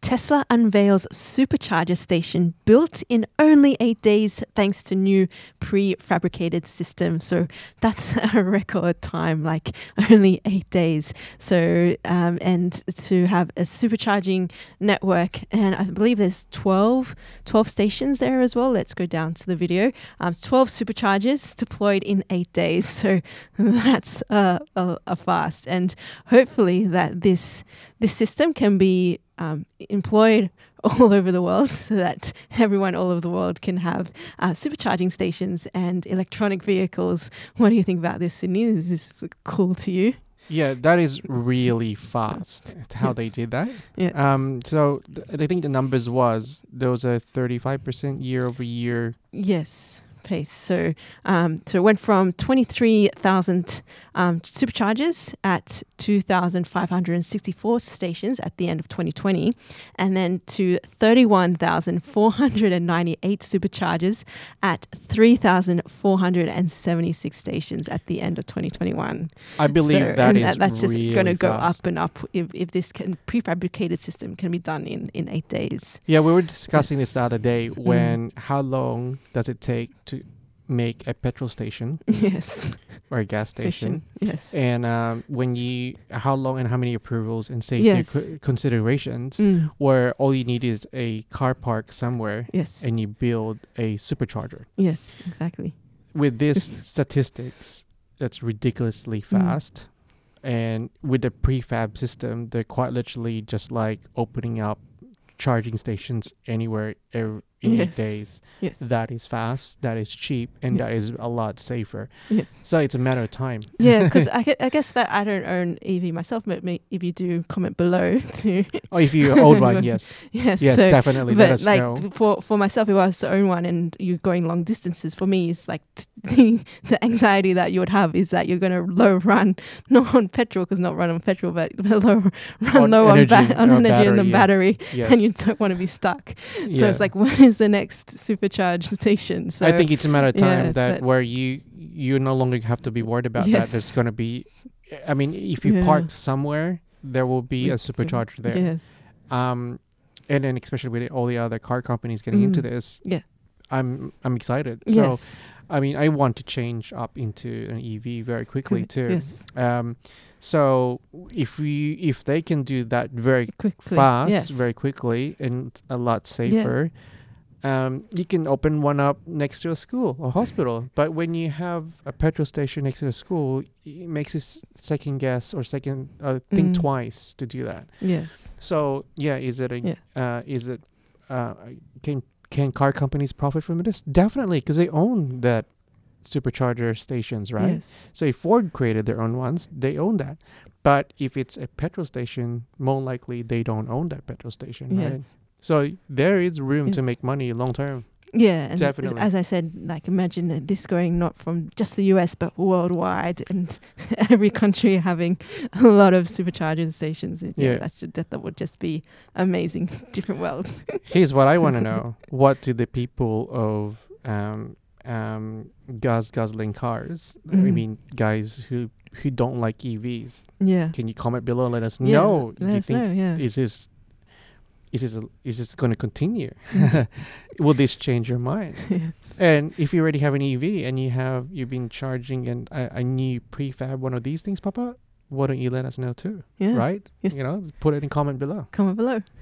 Tesla unveils supercharger station built in only eight days thanks to new prefabricated system. So that's a record time, like only eight days. So, um, and to have a supercharging network, and I believe there's 12, 12 stations there as well. Let's go down to the video. Um, 12 superchargers deployed in eight days. So that's a, a, a fast. And hopefully that this this system can be um, employed all over the world so that everyone all over the world can have uh, supercharging stations and electronic vehicles. What do you think about this, Sydney? Is this cool to you? Yeah, that is really fast how they did that. Yeah. Um, so th- I think the numbers was there was a 35% year over year. Yes, pace. So, um, so it went from 23,000 um, superchargers at 2,564 stations at the end of 2020, and then to 31,498 superchargers at 3,476 stations at the end of 2021. I believe So- that and is that's just really going to go fast. up and up if, if this can, prefabricated system can be done in, in eight days. Yeah, we were discussing this the other day Mm-hmm. when how long does it take to make a petrol station yes. or a gas station? Efficient. Yes. And um, when you, how long and how many approvals and safety Yes. co- considerations, Mm. where all you need is a car park somewhere Yes. and you build a supercharger. Yes, exactly. With this statistics, that's ridiculously Mm. fast. And with the prefab system, they're quite literally just like opening up charging stations anywhere ev- in eight Yes. days. Yes. That is fast, that is cheap, and that is a lot safer. Yeah. So it's a matter of time. Yeah, because I, gue- I guess that I don't own EV myself, but may- if you do, comment below too. Oh, if you own one, yes. yes, Yes, so- definitely. Let But us like know. t- for for myself, if I was to own one and you're going long distances, for me, it's like t- the anxiety that you would have is that you're going to low run not on petrol because not run on petrol, but low run On low on, energy ba- on or energy and the battery, yeah. battery, Yes. and you don't want to be stuck. So Yeah. it's like, when is the next supercharged station? So I think it's a matter of time yeah, that, that- where you you no longer have to be worried about that. Yes. There's going to be, I mean, if you Yeah. park somewhere, there will be a It's, uh, supercharger there. yes, Um, and then especially with all the other car companies getting into Mm. this, Yeah. I'm I'm excited. So yes, I mean, I want to change up into an EV very quickly correct, too. yes, Um, so if we if they can do that very quickly, fast, yes. very quickly, and a lot safer. Um, you can open one up next to a school or hospital, but when you have a petrol station next to a school, it makes us second guess or second uh, think Mm. twice to do that. yeah. So yeah, is it a Yeah. uh, is it uh, can can car companies profit from this? Definitely, because they own that supercharger stations, right? Yes. So if Ford created their own ones, they own that. But if it's a petrol station, more likely they don't own that petrol station, Yeah. right? So there is room Yeah. to make money long term. Yeah, and Definitely. As I said, like imagine that this going not from just the US but worldwide, and every country having a lot of supercharging stations. Yeah, Yeah. that should that, that would just be amazing. Different world. Here's what I want to know: What do the people of um, um, gas guzzling cars? I Mhm. mean, guys who who don't like EVs. Yeah. Can you comment below? and Let us Yeah, know. let do you us think know, yeah. is this is this a- is this going to continue? Mm. Will this change your mind? yes. And if you already have an EV and you have you've been charging and a, a new prefab one of these things pop up, why don't you let us know too? Yeah. Right? Yes. You know, put it in comment below. Comment below.